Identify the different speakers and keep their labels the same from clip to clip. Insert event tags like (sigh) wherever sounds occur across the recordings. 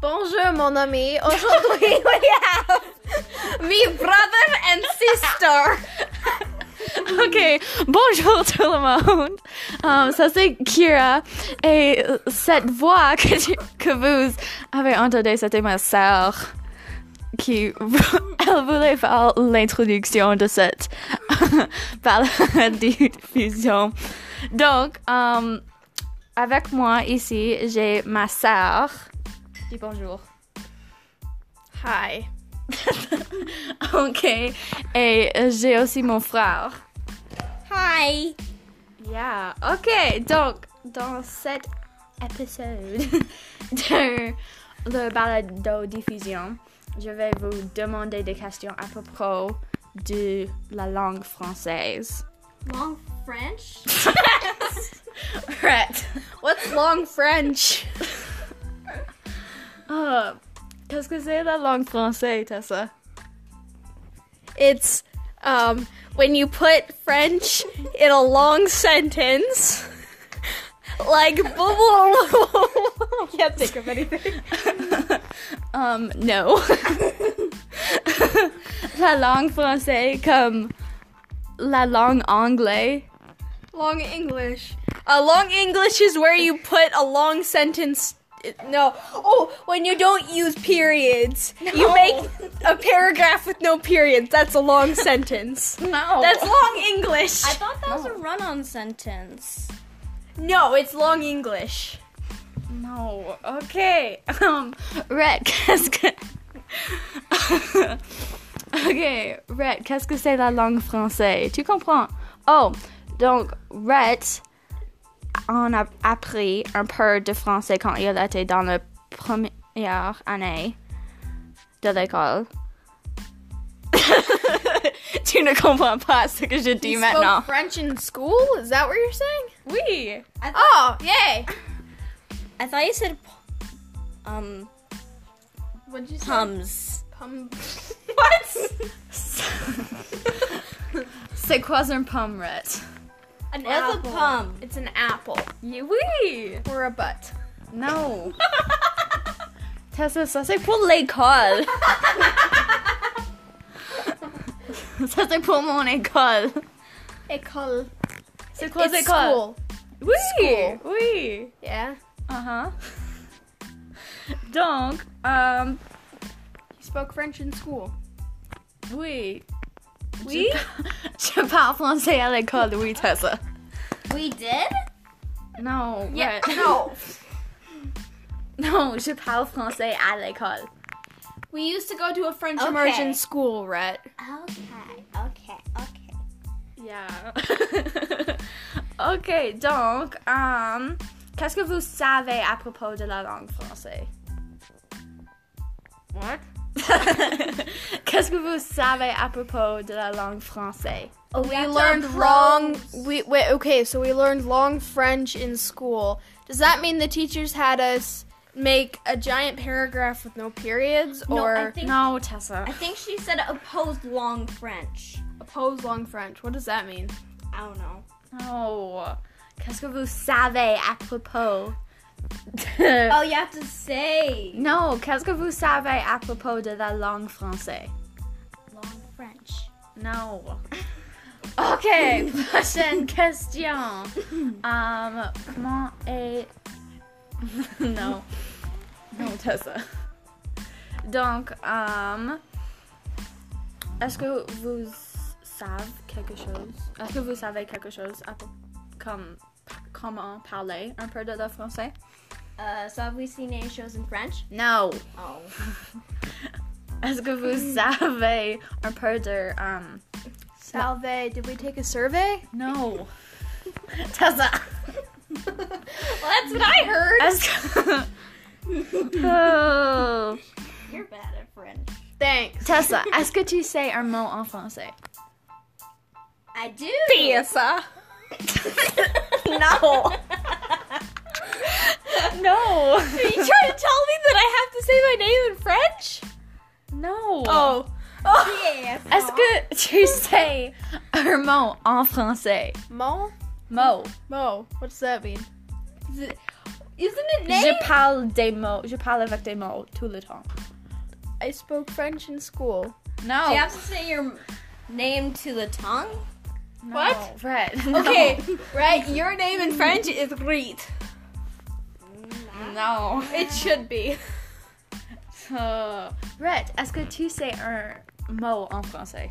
Speaker 1: Bonjour mon ami, aujourd'hui (laughs) we have me brother and sister.
Speaker 2: (laughs) Ok, bonjour tout le monde. Um, ça c'est Kira et cette voix (laughs) que, tu- que vous avez entendue, c'était ma sœur qui (laughs) elle voulait faire l'introduction de cette (laughs) par la diffusion. Donc, um, avec moi ici, j'ai ma sœur. Dis bonjour.
Speaker 1: Hi.
Speaker 2: (laughs) Ok, et j'ai aussi mon frère.
Speaker 1: Hi.
Speaker 2: Yeah, ok, donc dans cet épisode (laughs) de le balado diffusion, je vais vous demander des questions à propos de la langue française.
Speaker 3: Long French?
Speaker 2: (laughs) Right.
Speaker 1: What's long French?
Speaker 2: Ah, Qu'est-ce que c'est la langue française, Tessa?
Speaker 1: It's um when you put French in a long sentence. Like (laughs) I can't think of anything.
Speaker 2: Um, no. (laughs) la langue française comme la langue anglaise.
Speaker 1: Long English. Uh, long English is where you put a long sentence. No. Oh, when you don't use periods. You make a paragraph with no periods. That's a (laughs) long sentence.
Speaker 2: No.
Speaker 1: That's long English.
Speaker 3: I thought that was a run on sentence.
Speaker 1: No, it's long English.
Speaker 2: No, okay. (laughs) Um, Red, qu'est-ce que. (laughs) ok, Red, qu'est-ce que c'est la langue française? Tu comprends? Oh, donc, Red en a appris un peu de français quand il était dans la première année de l'école. (laughs) tu ne comprends pas ce que je dis maintenant.
Speaker 1: French in school? Is that what you're saying?
Speaker 2: Oui.
Speaker 3: I,
Speaker 1: Oh,
Speaker 3: thought
Speaker 1: yay!
Speaker 3: I thought you said p- um
Speaker 1: What'd you
Speaker 3: pums.
Speaker 1: Pum- what?
Speaker 2: C'est quoi un pomme, Red?
Speaker 3: Another
Speaker 1: Apple.
Speaker 3: pum.
Speaker 1: it's an apple
Speaker 2: Oui.
Speaker 1: or a butt.
Speaker 2: Non. Tessa, ça c'est pour
Speaker 1: (laughs)
Speaker 2: l'école. ça c'est pour mon école.
Speaker 1: École.
Speaker 2: C'est quoi
Speaker 1: It's
Speaker 2: l'école?
Speaker 1: school.
Speaker 2: Oui.
Speaker 1: School.
Speaker 2: Oui.
Speaker 1: Yeah.
Speaker 2: Uh-huh. Donc, euh,
Speaker 1: You spoke French in school.
Speaker 2: oui.
Speaker 1: Oui?
Speaker 2: Je, je parle français à l'école, oui, Tessa.
Speaker 3: We did?
Speaker 2: Non.
Speaker 1: Yeah. (laughs)
Speaker 2: ouais.
Speaker 3: (laughs)
Speaker 1: No.
Speaker 2: Non, je parle français à l'école.
Speaker 1: We used to go to a French
Speaker 3: Okay.
Speaker 1: immersion school, Rhett.
Speaker 3: Okay, okay, okay.
Speaker 2: Yeah. (laughs) ok, donc, um, qu'est-ce que vous savez à propos de la langue française?
Speaker 3: What?
Speaker 2: (laughs) qu'est-ce que vous savez à propos de la langue française?
Speaker 3: Oh,
Speaker 1: We learned wrong. We wait. Okay, so we learned long French in school. Does that mean the teachers had us make a giant paragraph with no periods,
Speaker 3: No,
Speaker 1: or
Speaker 3: I think-
Speaker 2: No, Tessa.
Speaker 3: I think she said opposed long French.
Speaker 1: oppose long French? What does that mean?
Speaker 3: I don't know.
Speaker 2: No. Qu'est-ce que vous savez à propos de...
Speaker 3: Oh, you have to say
Speaker 2: Non, qu'est-ce que vous savez à propos de la langue française?
Speaker 3: long French.
Speaker 2: Non. (laughs) Ok, prochaine question. Um, comment est. (laughs) non. Non, Tessa. Donc, um, est-ce que vous savez quelque chose? Est-ce que vous savez quelque chose à pro- comme comment parler un peu de le français?
Speaker 3: Uh, so have we seen any shows in French?
Speaker 2: Non.
Speaker 3: (laughs) Oh.
Speaker 2: Est-ce que vous savez un peu de. Um,
Speaker 1: Salve. Did we take a survey?
Speaker 2: non. (laughs) Tessa.
Speaker 3: Well, that's what I heard.
Speaker 2: Est-ce que- (laughs) Oh.
Speaker 3: (laughs) You're bad at French.
Speaker 1: Thanks.
Speaker 2: Tessa, est-ce que tu sais un mot en français?
Speaker 3: I do. (laughs)
Speaker 1: Tessa. no.
Speaker 2: No.
Speaker 1: you trying to tell me that I have to say my name in French?
Speaker 2: No.
Speaker 1: Oh. Oh.
Speaker 3: Yes.
Speaker 2: Est-ce que tu sais un mot en français?
Speaker 1: Mo.
Speaker 2: Mot.
Speaker 1: Mo. What does that mean? Isn't it name?
Speaker 2: Je parle des mots. Je parle avec des mots tout le temps.
Speaker 1: I spoke French in school.
Speaker 2: No.
Speaker 3: You have to say your name to the tongue.
Speaker 2: No.
Speaker 1: What?
Speaker 2: Right. (laughs)
Speaker 3: (laughs)
Speaker 1: Okay, right. Your name in French is Reed.
Speaker 2: No.
Speaker 1: It should be.
Speaker 2: Euh, Brett, est-ce que tu sais un mot en français?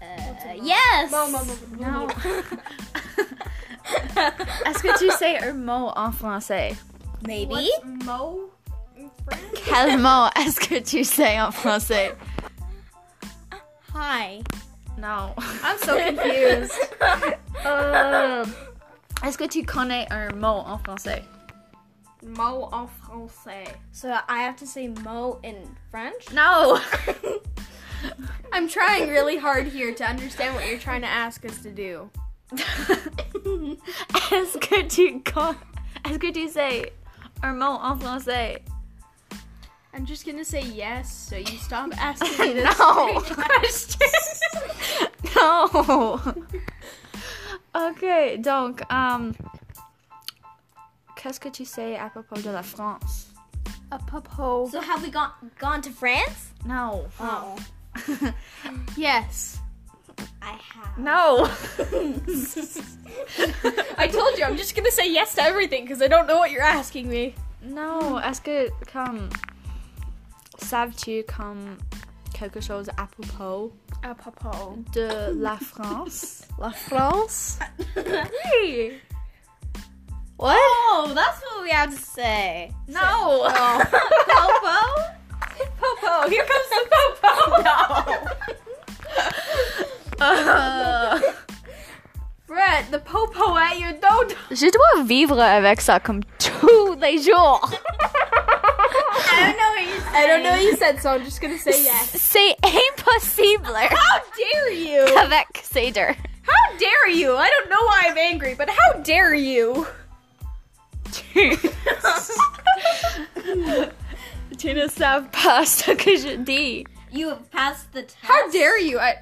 Speaker 3: Uh, yes.
Speaker 2: No.
Speaker 3: (laughs)
Speaker 2: est-ce que tu sais un mot en (laughs) français?
Speaker 3: Maybe.
Speaker 1: What's Mo in French?
Speaker 2: Quel mot est-ce que tu sais en français?
Speaker 3: Hi.
Speaker 2: No.
Speaker 1: I'm so confused. (laughs)
Speaker 2: Euh,
Speaker 1: Um,
Speaker 2: est-ce que tu connais un mot en français?
Speaker 1: Mo en français.
Speaker 3: So I have to say Mo in
Speaker 1: (laughs)
Speaker 3: French.
Speaker 2: No. (laughs)
Speaker 1: I'm trying really hard here to understand what you're trying to ask us to do.
Speaker 2: est-ce que tu con- est-ce que tu sais un mot en français?
Speaker 1: I'm just gonna say yes, so you stop (laughs) asking me this.
Speaker 2: No.
Speaker 1: strange (laughs) question.
Speaker 2: (laughs) No. (laughs) ok, donc, um, qu'est-ce que tu sais à propos de la France?
Speaker 1: A popo.
Speaker 3: So have we gone gone to France?
Speaker 2: No. (laughs)
Speaker 3: Oh,
Speaker 1: Yes.
Speaker 3: I have.
Speaker 2: No. (laughs)
Speaker 1: I told you, I'm just gonna say yes to everything because I don't know what you're asking me.
Speaker 2: no. Est-ce que comme savent-tu comme quelque chose à propos
Speaker 1: A popo.
Speaker 2: de la France?
Speaker 1: La France?
Speaker 2: Oui.
Speaker 1: What?
Speaker 3: Oh, that's what we have to
Speaker 1: (laughs)
Speaker 3: say.
Speaker 2: No.
Speaker 3: Popo.
Speaker 1: Popo. Here comes the (laughs) popo. (laughs)
Speaker 2: Euh,
Speaker 1: Uh. Brett, the popo at your door.
Speaker 2: je dois vivre avec ça comme tous les jours.
Speaker 3: I don't know what you said.
Speaker 1: I don't know what you said, so I'm just gonna (laughs) say yes.
Speaker 2: C'est impossible
Speaker 1: How dare you?
Speaker 2: avec Cedar.
Speaker 1: How dare you? I don't know why I'm angry, but how dare you?
Speaker 2: tu ne savent pas ce que je dis.
Speaker 3: (laughs) You have passed the test.
Speaker 1: How dare you? I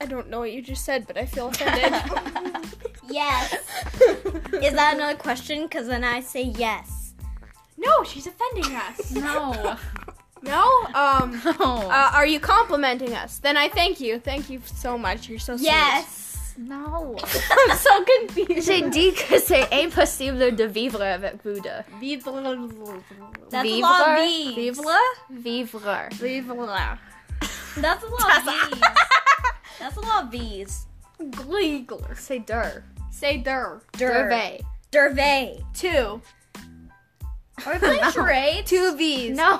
Speaker 1: I don't know what you just said, but I feel offended.
Speaker 3: Yes. Is that another question? Because then I say yes.
Speaker 1: no, she's offending us.
Speaker 2: No.
Speaker 1: No? Um
Speaker 2: No.
Speaker 1: uh, are you complimenting us? Then I thank you. Thank you so much. You're so sweet.
Speaker 3: Yes.
Speaker 2: no.
Speaker 1: (laughs) I'm so confused.
Speaker 2: J'ai dit que c'est impossible de vivre avec vous deux.
Speaker 3: That's
Speaker 2: Vivre.
Speaker 3: a lot of bees.
Speaker 1: Vivla?
Speaker 2: Vivre.
Speaker 1: Vivla.
Speaker 3: That's a lot of
Speaker 1: (laughs)
Speaker 3: bees. That's a lot of bees.
Speaker 1: Gleegler.
Speaker 2: C'est dur.
Speaker 1: Say der.
Speaker 2: Durvey.
Speaker 3: Dervey.
Speaker 1: Two.
Speaker 3: Are we playing charades?
Speaker 1: Two V's.
Speaker 2: No.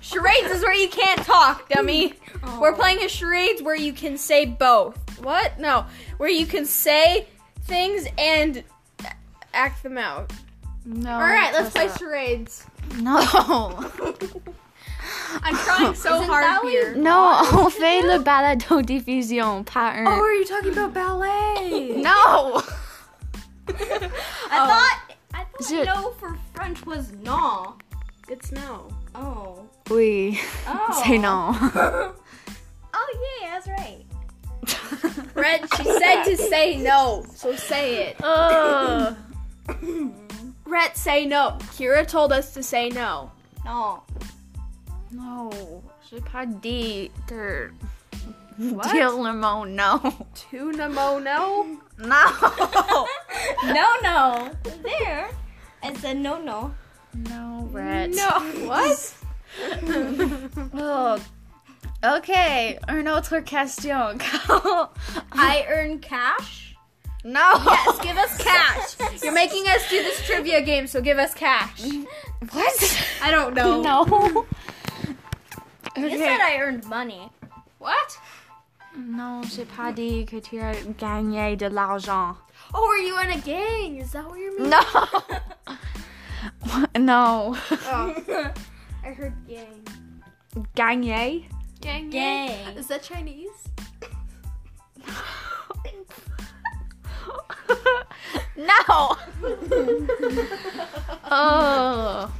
Speaker 1: Charades is where you can't talk, dummy. We're playing a charades where you can say both. What? No. Where you can say things and act them out.
Speaker 2: no.
Speaker 1: All right, let's play
Speaker 2: ça.
Speaker 1: charades.
Speaker 2: Non.
Speaker 1: (laughs) I'm trying so
Speaker 3: Isn't that
Speaker 1: hard
Speaker 3: what
Speaker 1: here.
Speaker 2: Non, on fait le balado diffusion, pas un.
Speaker 1: Oh, are you talking about (laughs) ballet?
Speaker 2: No.
Speaker 3: I
Speaker 1: Oh.
Speaker 3: thought I thought
Speaker 2: Zit.
Speaker 3: no for French was non.
Speaker 1: It's no. (laughs)
Speaker 3: Oh.
Speaker 2: Oui.
Speaker 3: Oh.
Speaker 2: C'est non.
Speaker 3: (laughs) Oh yeah, that's right.
Speaker 1: Red, she said to say no, so say (laughs) it.
Speaker 2: oh.
Speaker 1: Uh. Brett, say no. Kira told us to say no.
Speaker 3: No.
Speaker 2: No, j'ai pas dit de dire le mot non. (laughs)
Speaker 1: Two no no.
Speaker 2: Non.
Speaker 3: (laughs) No no. There. I said no no.
Speaker 2: no, Brett.
Speaker 1: (laughs) What?
Speaker 2: Oh. Ok, une autre (laughs) question.
Speaker 3: I earn cash.
Speaker 2: no.
Speaker 1: Yes, give us
Speaker 3: (laughs)
Speaker 1: cash. You're making us do this trivia game, so give us cash.
Speaker 2: (laughs) What? (laughs)
Speaker 1: I don't know.
Speaker 2: No.
Speaker 3: You said I earned money.
Speaker 1: What?
Speaker 2: Non, j'ai pas dit que tu as gagné de l'argent.
Speaker 1: Oh, are you in a gang? Is that what you're meaning?
Speaker 2: No. (laughs)
Speaker 3: (laughs)
Speaker 2: no.
Speaker 1: Oh. I heard gang.
Speaker 2: Gagné.
Speaker 1: Gang.
Speaker 3: Gang.
Speaker 1: Is that Chinese?
Speaker 2: (laughs) no. oh.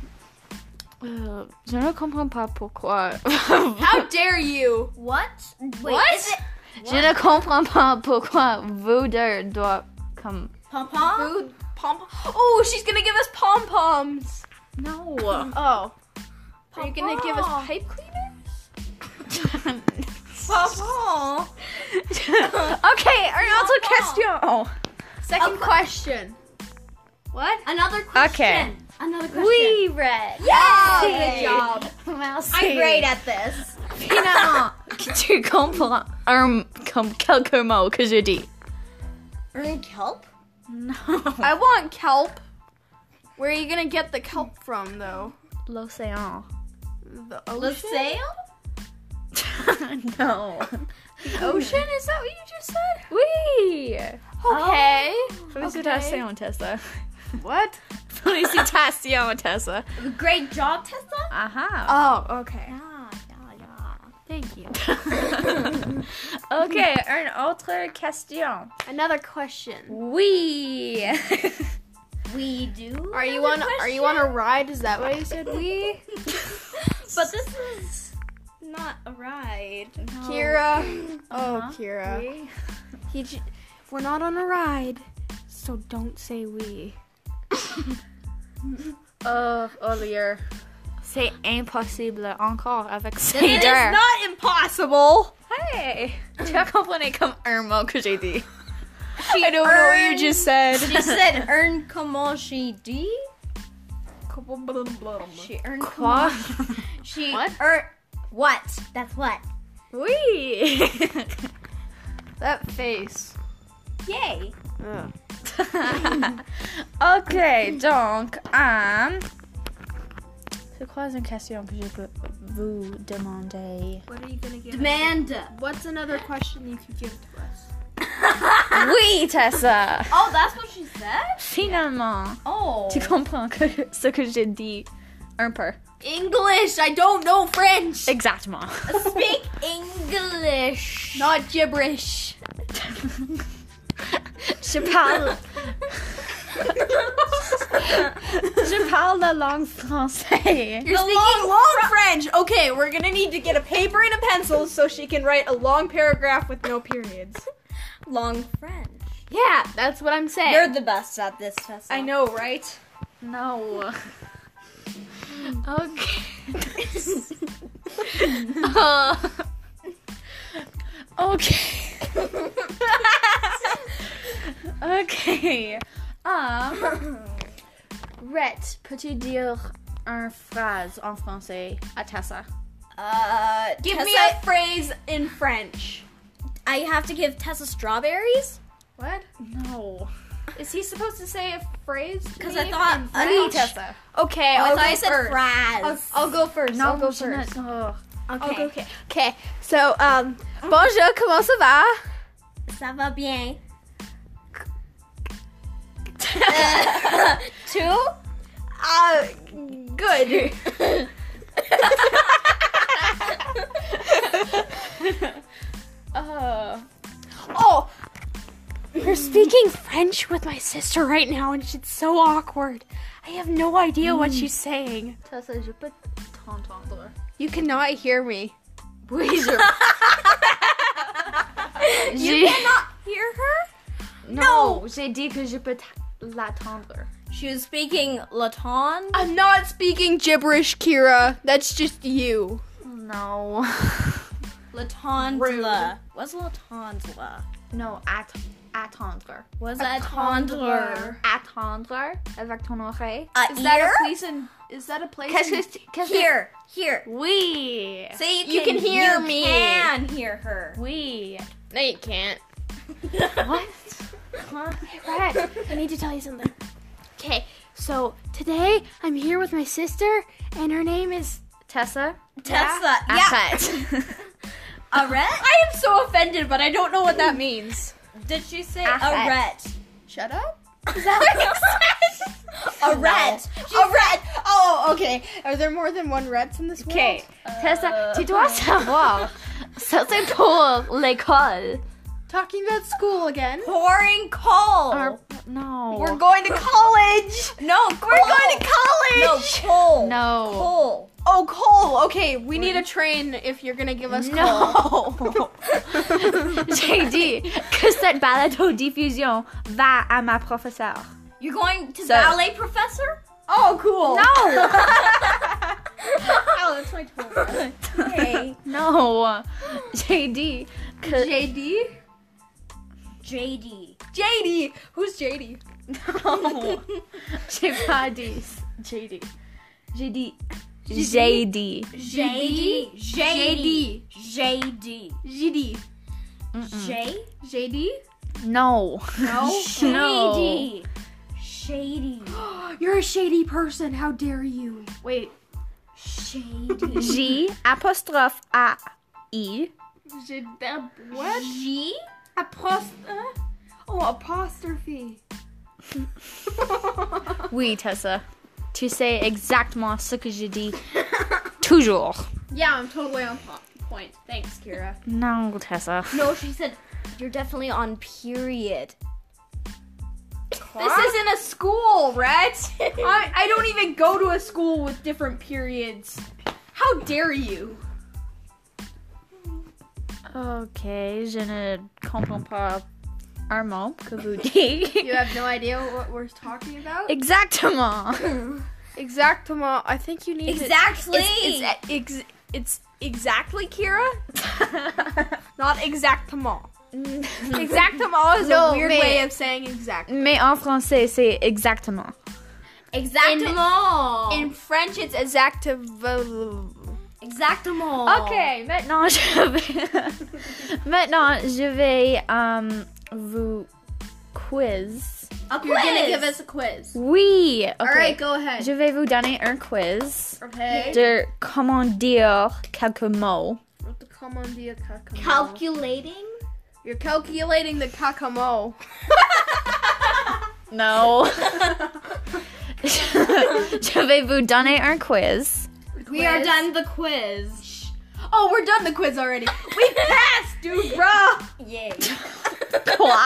Speaker 2: Euh, je ne comprends pas (laughs) pourquoi.
Speaker 1: How dare you?
Speaker 3: (laughs) What? Wait,
Speaker 1: What?
Speaker 3: Is it
Speaker 2: je ne comprends pas pourquoi vous deux doivent comme
Speaker 3: pom pom?
Speaker 1: Food pom pom. Oh, she's gonna give us pom poms.
Speaker 2: No.
Speaker 1: Oh. Are you gonna give us
Speaker 3: Pom-pom.
Speaker 1: pipe cleaners?
Speaker 3: Pom-pom.
Speaker 2: okay, Arnaldo Castillo.
Speaker 1: Second
Speaker 3: Okay.
Speaker 1: question. What?
Speaker 3: Another question.
Speaker 2: Okay.
Speaker 3: Another question.
Speaker 2: We
Speaker 3: read.
Speaker 1: Yes!
Speaker 3: Yay.
Speaker 1: Good job.
Speaker 2: Merci.
Speaker 3: I'm great at this. (laughs)
Speaker 2: Finalement, tu comprends un, comme quelques mots que je dis.
Speaker 3: Earn kelp?
Speaker 2: Non.
Speaker 1: I want kelp. Where are you gonna get the kelp from, though?
Speaker 2: (laughs) L'océan.
Speaker 1: The
Speaker 3: Let's
Speaker 1: ocean?
Speaker 3: sail?
Speaker 2: (laughs) non.
Speaker 1: Ocean? Is that what you just said?
Speaker 2: Oui.
Speaker 1: Okay. (laughs)
Speaker 2: Félicitations, Tessa.
Speaker 1: What?
Speaker 2: Félicitations, Tessa.
Speaker 3: Great job, Tessa.
Speaker 2: Aha.
Speaker 1: Oh, okay.
Speaker 3: Yeah, yeah, yeah.
Speaker 2: Thank you. okay, une autre question.
Speaker 1: Another question.
Speaker 2: Oui. (laughs)
Speaker 3: We do.
Speaker 1: Are you on?
Speaker 3: another
Speaker 1: Are you on
Speaker 3: question?
Speaker 1: a ride? Is that why you said we?
Speaker 3: But this is not a ride.
Speaker 1: Kira. Oh,
Speaker 2: Uh-huh.
Speaker 1: Kira.
Speaker 2: Oui.
Speaker 1: He j- we're not on a ride, so don't say we.
Speaker 2: Oh, earlier. C'est impossible encore avec
Speaker 1: It is
Speaker 2: Cider.
Speaker 1: not impossible.
Speaker 2: Hey! Tu as compris comme un mot que j'ai dit.
Speaker 1: I don't know what you just said.
Speaker 3: (laughs) She said earn comment she D. She earned
Speaker 2: Quoi?
Speaker 3: She
Speaker 1: What?
Speaker 3: earn- what? That's what.
Speaker 2: Oui!
Speaker 1: that face.
Speaker 3: Yay.
Speaker 2: (laughs) ok, donc, euh, c'est quoi une question que je peux vous demander?
Speaker 1: What are you gonna give?
Speaker 3: Amanda.
Speaker 1: What's another question you could give to us?
Speaker 2: Oui, Tessa!
Speaker 3: Oh, that's what she said?
Speaker 2: Finalement,
Speaker 3: (laughs) Oh.
Speaker 2: tu comprends que ce que j'ai dit un peu.
Speaker 1: English. I don't know French.
Speaker 2: Exactement. (laughs)
Speaker 3: Speak English.
Speaker 1: Not gibberish.
Speaker 2: je parle, je parle la langue française.
Speaker 1: You're speaking long, long French. Okay, we're gonna need to get a paper and a pencil so she can write a long paragraph with no periods.
Speaker 3: Long French.
Speaker 1: Yeah, that's what I'm saying.
Speaker 3: You're the best at this, Tessa.
Speaker 1: I know, right? (laughs)
Speaker 2: No. Okay. Uh, (laughs) okay. okay. Um, Rhett, peux-tu dire une phrase en français à Tessa?
Speaker 3: (laughs) Uh,
Speaker 1: Give me
Speaker 3: Tessa-
Speaker 1: a phrase in French.
Speaker 3: I have to give Tessa strawberries
Speaker 1: What?
Speaker 2: No.
Speaker 1: Is he supposed to say a phrase? to
Speaker 3: because
Speaker 1: me
Speaker 3: I thought
Speaker 1: in
Speaker 3: I-
Speaker 2: Oui, Tessa.
Speaker 1: Okay,
Speaker 3: Oh, I
Speaker 1: I'll go
Speaker 3: thought I said
Speaker 1: first. I'll,
Speaker 3: fries.
Speaker 1: I'll go first. I'll go
Speaker 2: je ne-
Speaker 1: first.
Speaker 2: oh.
Speaker 1: I'll
Speaker 3: okay.
Speaker 1: go-
Speaker 2: (laughs)
Speaker 1: okay. Okay. So, um, bonjour, comment ça va?
Speaker 3: Ça va bien. (laughs)
Speaker 1: Two? Uh,
Speaker 2: (laughs)
Speaker 1: good. Uh,
Speaker 2: Oh.
Speaker 1: Oh, we're speaking French with my sister right now, and it's so awkward. I have no idea what she's saying.
Speaker 2: Tessa, Mm. je peux t'entendre.
Speaker 1: You cannot hear me.
Speaker 2: Oui, je... J'ai-
Speaker 1: Hear her?
Speaker 2: Non, j'ai dit que je peux t- l'attendre.
Speaker 3: She was speaking Laton.
Speaker 1: (laughs) I'm not speaking gibberish, Kira. That's just you.
Speaker 2: Non.
Speaker 3: Latondla. What's Latondla?
Speaker 2: (laughs) non, at- attendre.
Speaker 3: Was a condor.
Speaker 2: Attendre avec ton oreille.
Speaker 3: A
Speaker 1: Is that
Speaker 3: ear?
Speaker 1: a place in? Is that a place?
Speaker 2: Qu'est-ce
Speaker 1: in-
Speaker 2: que c'est- qu'est-ce que-
Speaker 3: Ah, Here, here.
Speaker 2: Oui.
Speaker 3: So you can,
Speaker 1: You can hear
Speaker 3: you
Speaker 1: me.
Speaker 3: can hear
Speaker 1: (laughs)
Speaker 3: her.
Speaker 2: Oui.
Speaker 1: no, you can't.
Speaker 2: What? Huh? Right.
Speaker 4: I need to tell you something. Okay, so today I'm here with my sister, and her name is.
Speaker 2: Tessa.
Speaker 3: Tessa, yeah.
Speaker 2: Arrête.
Speaker 3: A ret?
Speaker 1: I am so offended, but I don't know what that means.
Speaker 3: Did she say
Speaker 2: Affect.
Speaker 3: a ret?
Speaker 1: Shut up.
Speaker 3: Is that what A ret.
Speaker 1: A red. Oh, okay. Are there more than one reds in this world?
Speaker 2: Ok. Tessa, tu dois savoir. Ça, c'est pour l'école.
Speaker 1: Talking about school again.
Speaker 3: Pouring coal.
Speaker 2: Un- Non.
Speaker 1: We're going to college.
Speaker 3: no, coal.
Speaker 1: We're going to
Speaker 3: No,
Speaker 1: college.
Speaker 3: coal.
Speaker 2: No. (laughs)
Speaker 3: Coal.
Speaker 1: Oh, coal. Okay, we need a train if you're gonna give us coal. (laughs)
Speaker 2: Non! J'ai dit que cette balade aux diffusion va à ma professeure.
Speaker 3: (laughs) You're going to
Speaker 1: So-
Speaker 3: ballet professor?
Speaker 1: Oh, cool.
Speaker 2: No,
Speaker 3: oh, that's my
Speaker 1: (laughs)
Speaker 3: total. (laughs) hey,
Speaker 2: no, JD. Could-
Speaker 1: JD?
Speaker 3: (laughs) JD.
Speaker 1: JD. Who's JD?
Speaker 2: no, j'ai pas dit JD. J'ai dit JD.
Speaker 3: JD. JD. JD.
Speaker 1: JD.
Speaker 3: J.
Speaker 1: JD?
Speaker 2: No,
Speaker 3: Oh, No.
Speaker 2: (laughs) No.
Speaker 3: Shady. Shady.
Speaker 1: You're a shady person. How dare you? Wait.
Speaker 3: Shady.
Speaker 2: J apostrophe A I.
Speaker 1: What?
Speaker 3: (laughs) G.
Speaker 1: Apost- uh? Oh, (laughs) apostrophe.
Speaker 2: Oui, Tessa. Tu sais exactement ce que je (laughs) dis. Toujours.
Speaker 4: Yeah, I'm totally on po- point. Thanks, Kira.
Speaker 1: (laughs)
Speaker 2: No, Tessa.
Speaker 3: No, she said, you're definitely on period.
Speaker 1: This isn't a school, Rhett. I, I don't even go to a school with different periods. How dare you?
Speaker 2: Ok, je ne comprends pas un mot que (laughs) vous dites.
Speaker 4: You have no idea what we're talking about?
Speaker 2: (laughs) Exactement.
Speaker 4: Exactement. I think you need
Speaker 3: (laughs) Exactly.
Speaker 1: It's, it's, ex- it's exactly Kira,
Speaker 4: (laughs)
Speaker 1: not exactement. Exactement is
Speaker 4: No,
Speaker 1: a weird
Speaker 4: mais-
Speaker 1: way of saying exact.
Speaker 2: Mais en français, c'est exactement.
Speaker 3: Exactement.
Speaker 1: In French, it's exactive.
Speaker 3: Exactement.
Speaker 2: Ok, maintenant je vais. (laughs) maintenant, je vais euh, vous quiz.
Speaker 3: A
Speaker 4: You're gonna
Speaker 3: quiz.
Speaker 4: give us a quiz.
Speaker 2: Oui. ok.
Speaker 4: Alright, go ahead.
Speaker 2: Je vais vous donner un quiz
Speaker 4: okay.
Speaker 2: de comment dire quelques mots.
Speaker 4: With the commandia kakamo.
Speaker 3: Calculating.
Speaker 4: You're calculating the kakamo. (laughs)
Speaker 2: No. (laughs) je vais vous donner un quiz.
Speaker 3: We are done the quiz.
Speaker 1: Oh, we're done the quiz already. We passed, dude, bruh.
Speaker 3: (laughs) Yay.
Speaker 2: Quoi?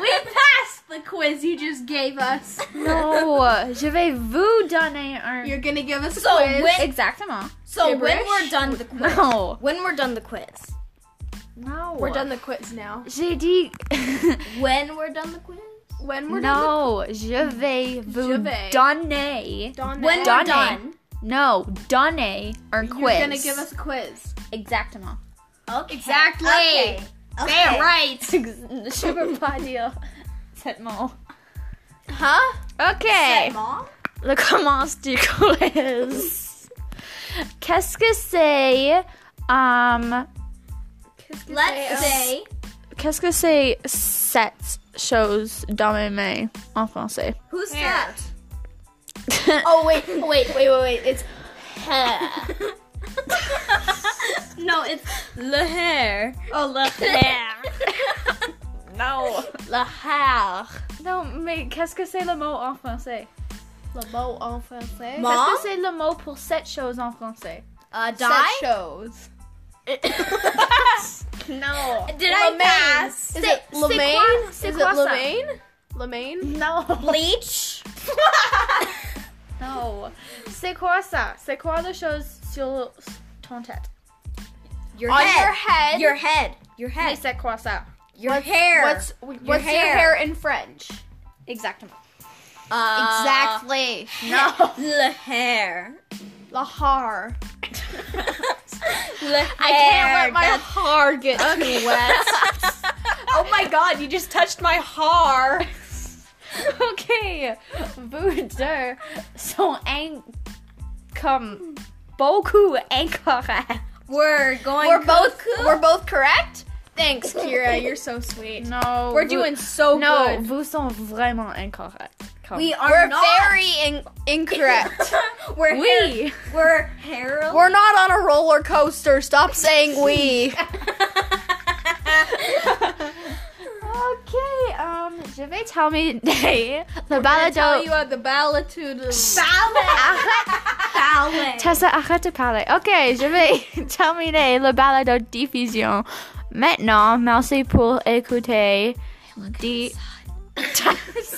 Speaker 1: We passed the quiz you just gave us.
Speaker 2: Non, Oh, je vais vous donner un.
Speaker 1: You're gonna give us a
Speaker 3: So
Speaker 1: quiz.
Speaker 3: when-
Speaker 2: Exactement.
Speaker 3: So when
Speaker 1: Gibberish?
Speaker 3: we're done the quiz.
Speaker 2: Non.
Speaker 3: When we're done the quiz.
Speaker 2: Non.
Speaker 1: We're done the quiz now.
Speaker 2: J'ai dit.
Speaker 3: When we're done the quiz?
Speaker 1: When (laughs) we're done.
Speaker 2: non, je vais vous
Speaker 1: Je vais.
Speaker 2: donner.
Speaker 1: The- done
Speaker 3: When
Speaker 2: Done.
Speaker 3: we're done.
Speaker 2: Non, donner un
Speaker 1: You're
Speaker 2: quiz.
Speaker 1: gonna give us a quiz.
Speaker 2: Exactement.
Speaker 3: Okay.
Speaker 1: Exactly.
Speaker 3: Okay.
Speaker 1: Say it right.
Speaker 2: (laughs) je peux pas dire cette mot.
Speaker 1: Huh?
Speaker 2: Ok.
Speaker 3: Mom?
Speaker 2: le commence du quiz. Qu'est-ce que c'est? um,
Speaker 3: Let's say
Speaker 2: Qu'est-ce que c'est cette chose dans mes mains en français?
Speaker 3: who's that?
Speaker 2: (laughs)
Speaker 1: Oh wait, wait, wait, wait, wait.
Speaker 3: (laughs)
Speaker 1: It's
Speaker 3: no, it's le hair. Oh, le hair.
Speaker 2: No.
Speaker 3: le hair.
Speaker 2: Non, mais qu'est-ce que c'est le mot en français?
Speaker 4: Le mot en français.
Speaker 3: Mom?
Speaker 2: Qu'est-ce que c'est le mot pour cette chose en français?
Speaker 3: Uh,
Speaker 4: Set
Speaker 3: die?
Speaker 4: shows.
Speaker 2: No.
Speaker 3: (laughs) Did I pass?
Speaker 4: Is it
Speaker 2: c'est quoi-
Speaker 4: Lemaine? Is
Speaker 2: c'est
Speaker 4: it
Speaker 2: quoi ça?
Speaker 4: Lemaine? Lemaine?
Speaker 3: Mm-hmm.
Speaker 2: No.
Speaker 3: Bleach?
Speaker 2: No. C'est quoi ça? C'est quoi la chose sur ton tête?
Speaker 3: Your
Speaker 4: On
Speaker 3: head.
Speaker 4: your head.
Speaker 3: Your head. Your
Speaker 2: Mais
Speaker 3: head.
Speaker 2: c'est quoi ça?
Speaker 3: Your hair.
Speaker 4: What's what's your hair,
Speaker 3: hair.
Speaker 4: in French?
Speaker 2: Exactement.
Speaker 3: uh,
Speaker 4: exactly.
Speaker 1: (laughs)
Speaker 3: No. Le hair.
Speaker 4: La har.
Speaker 3: Le hair.
Speaker 1: I can't let my
Speaker 3: That's-
Speaker 1: hair get too wet. oh my god, you just touched my
Speaker 2: (laughs)
Speaker 1: hair.
Speaker 2: Ok. Vous deux sont in- comme beaucoup incorrects.
Speaker 3: We're going.
Speaker 1: We're both
Speaker 3: cuckoo.
Speaker 1: we're both correct? Thanks, Kira. You're so sweet.
Speaker 2: No.
Speaker 1: We're doing so
Speaker 2: No,
Speaker 1: good.
Speaker 2: vous sont vraiment incorrects. Comme-
Speaker 3: We are
Speaker 1: We're
Speaker 3: not.
Speaker 1: very in- incorrect.
Speaker 3: we're hair.
Speaker 2: Oui.
Speaker 3: We're hair.
Speaker 1: we're not on a roller coaster. Stop saying we.
Speaker 2: (laughs) Ok. um, je vais terminer (laughs) le
Speaker 1: Tell
Speaker 2: balado.
Speaker 1: you uh, the ballitude of (laughs)
Speaker 3: ballet.
Speaker 2: Tessa, arrête de parler. Ok, je vais (laughs) terminer le balado diffusion. Maintenant, merci pour écouter. Dis.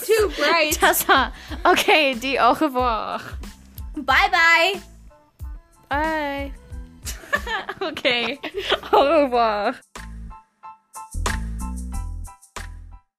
Speaker 1: too bright.
Speaker 2: Tessa, ok, dis au revoir.
Speaker 3: Bye bye.
Speaker 2: (laughs) Bye. ok, au revoir.